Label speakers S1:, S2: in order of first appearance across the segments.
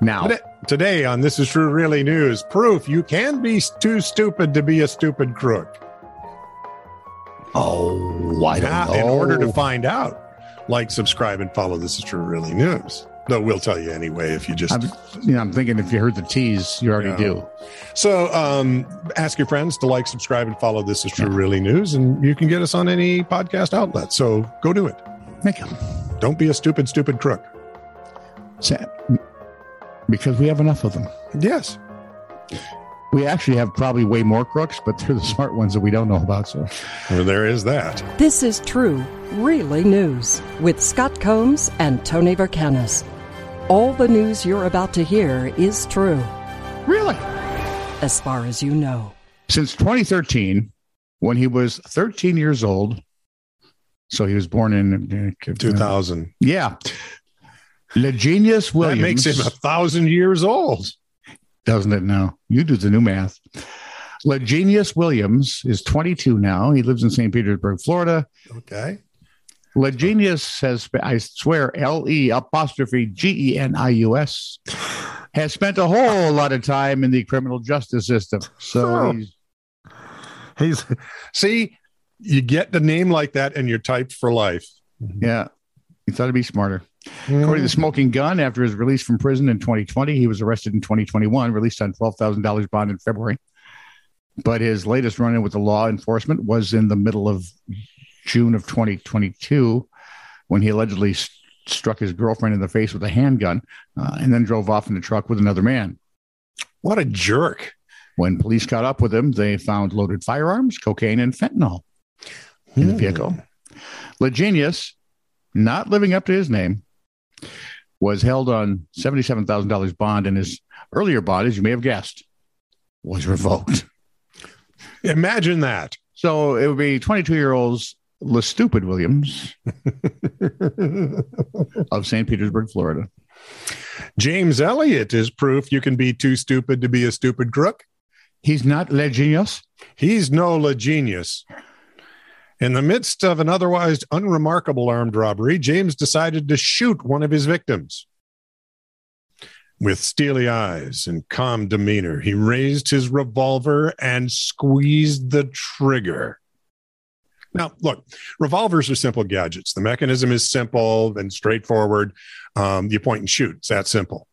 S1: Now,
S2: Today- Today on This Is True Really News, proof you can be too stupid to be a stupid crook.
S1: oh, I don't
S2: Now,
S1: know.
S2: in order to find out, like, subscribe, and follow This Is True Really News. Though we'll tell you anyway if you just.
S1: I'm, you know, I'm thinking if you heard the tease, you already
S2: Yeah.
S1: do.
S2: So um, ask your friends to like, subscribe, and follow This Is True Really News. And you can get us on any podcast outlet. So go do it.
S1: Make 'em.
S2: Don't be a stupid, stupid crook.
S1: Sad. Because we have enough of them.
S2: Yes.
S1: We actually have probably way more crooks, but they're the smart ones that we don't know about. So
S2: Well, there is that.
S3: This is True, Really News with Scott Combs and Tony Vercanis. All the news you're about to hear is true,
S1: really,
S3: as far as you know.
S1: since 2013, when he was 13 years old, so he was born in uh,
S2: 2000.
S1: Yeah, the genius Williams
S2: That makes him a thousand years old.
S1: doesn't it now? You do the new math. Legenius Williams is 22 now. He lives in St. Petersburg, Florida.
S2: Okay.
S1: Legenius has, I swear, L E apostrophe G E N I U S, has spent a whole lot of time in the criminal justice system. So
S2: Oh.
S1: he's,
S2: He's see, you get the name like that and you're typed for life.
S1: yeah, he thought he'd be smarter. According to Smoking Gun, after his release from prison in 2020, he was arrested in 2021, released on $12,000 bond in February. But his latest run in with the law enforcement was in the middle of June of 2022 when he allegedly s- struck his girlfriend in the face with a handgun uh, and then drove off in a truck with another man.
S2: What a jerk.
S1: When police caught up with him, they found loaded firearms, cocaine, and fentanyl in the vehicle. Legenius, not living up to his name, was held on $77,000 bond, and his earlier bond, as you may have guessed, was revoked.
S2: Imagine that.
S1: So it would be 22 year olds Le Stupid Williams of St. Petersburg, Florida.
S2: James Elliott is proof you can be too stupid to be a stupid crook.
S1: He's not Legenius.
S2: He's no la genius. In the midst of an otherwise unremarkable armed robbery, James decided to shoot one of his victims. With steely eyes and calm demeanor, he raised his revolver and squeezed the trigger. Now, look, revolvers are simple gadgets. The mechanism is simple and straightforward. Um, you point and shoot, it's that simple.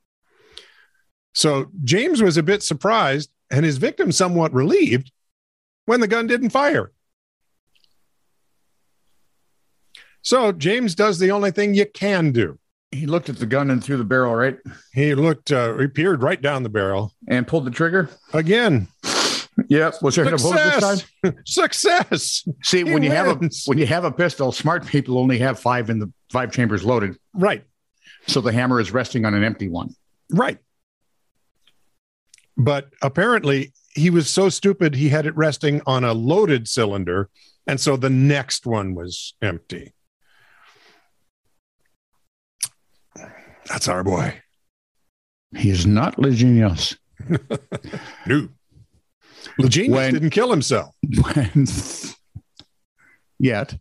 S2: So James was a bit surprised and his victim somewhat relieved when the gun didn't fire. So James does the only thing you can do.
S1: He looked at the gun and threw the barrel, right?
S2: He looked, uh, he peered right down the barrel
S1: And pulled the trigger.
S2: again.
S1: Yep. Was there a bullet this time?
S2: Success! Success!
S1: See,
S2: He
S1: when you have a
S2: wins.
S1: when you have a pistol, smart people only have five in the five chambers loaded,
S2: Right,
S1: so the hammer is resting on an empty one.
S2: right. But apparently, he was so stupid he had it resting on a loaded cylinder, and so the next one was empty. That's our boy.
S1: He is not Legenius.
S2: No. The genius
S1: When-
S2: didn't kill himself.
S1: When- Yet,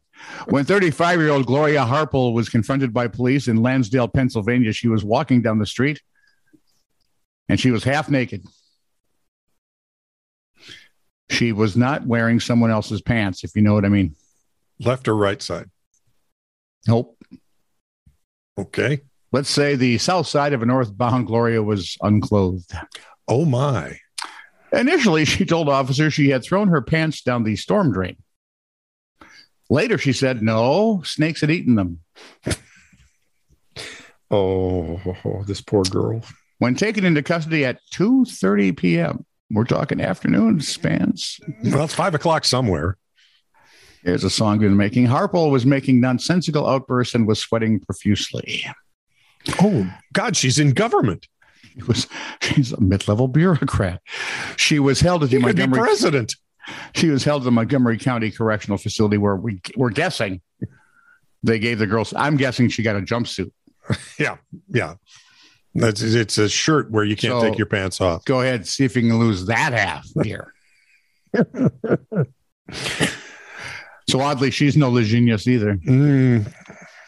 S1: when 35 year old Gloria Harple was confronted by police in Lansdale, Pennsylvania, she was walking down the street and she was half naked. She was not wearing someone else's pants, if you know what I mean.
S2: Left or right side?
S1: Nope.
S2: Okay.
S1: Let's say the south side of a northbound Gloria was unclothed.
S2: Oh my.
S1: Initially, she told officers she had thrown her pants down the storm drain. Later, she said, no, snakes had eaten them.
S2: Oh, this poor girl.
S1: When taken into custody at 2.30 p.m., we're talking afternoon spans.
S2: Well, it's five o'clock somewhere.
S1: Here's a song we've been making. Harpole was making nonsensical outbursts and was sweating profusely.
S2: Oh God, she's in government.
S1: She was, she's a mid-level bureaucrat. She was held at the
S2: She could be
S1: Montgomery
S2: president.
S1: She was held at the Montgomery County Correctional Facility where we, we're guessing they gave the girls, I'm guessing she got a jumpsuit.
S2: Yeah. That's it's a shirt where you can't
S1: So-
S2: take your pants off.
S1: Go ahead, see if you can lose that half here. so oddly, she's no Legenius either.
S2: Mm.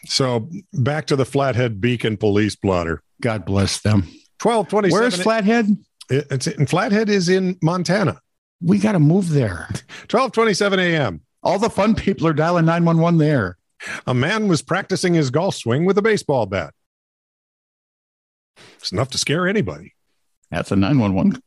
S2: So back to the Flathead Beacon police blotter.
S1: God bless them.
S2: 1227.
S1: Where's Flathead?
S2: It- It's in Flathead is in Montana.
S1: We got to move there.
S2: 1227 a.m.
S1: All the fun people are dialing 911 there.
S2: A man was practicing his golf swing with a baseball bat. It's enough to scare anybody.
S1: That's a 911.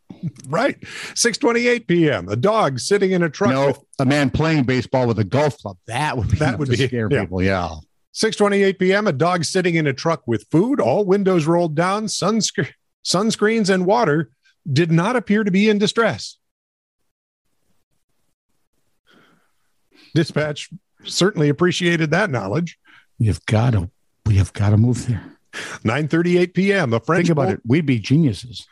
S2: Right. 628 p.m. A dog sitting in a truck.
S1: No,
S2: with-
S1: a man playing baseball with a golf club. That would be
S2: That
S1: enough
S2: would
S1: to
S2: be-
S1: scare
S2: yeah.
S1: people. Yeah.
S2: 628 p.m. A dog sitting in a truck with food, all windows rolled down, sunscreen sunscreens and water did not appear to be in distress. Dispatch certainly appreciated that knowledge.
S1: We have got to. We have got to move there.
S2: 9:38 p.m. A French
S1: Think about
S2: bull-
S1: it. We'd be geniuses.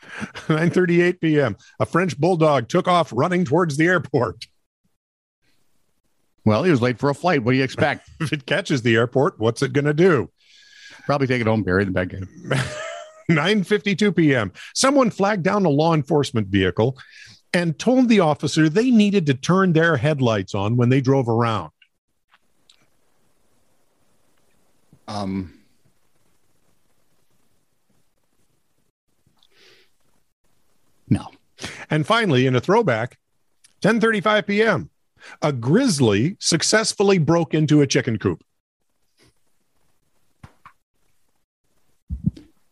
S2: 9:38 p.m. A French bulldog took off running towards the airport.
S1: Well, he was late for a flight. What do you expect?
S2: If it catches the airport, what's it going to do?
S1: Probably take it home, bury it in the backyard.
S2: 9:52 p.m. Someone flagged down a law enforcement vehicle and told the officer they needed to turn their headlights on when they drove around.
S1: Um, no.
S2: And finally, in a throwback, 10:35 p.m. A grizzly successfully broke into a chicken coop.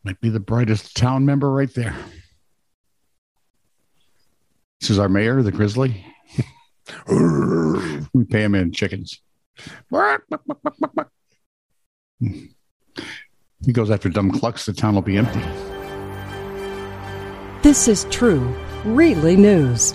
S1: Might be the brightest town member right there. This is our mayor, the Grizzly. We pay him in chickens. He goes after dumb clucks. The town will be empty.
S3: This is true, really news.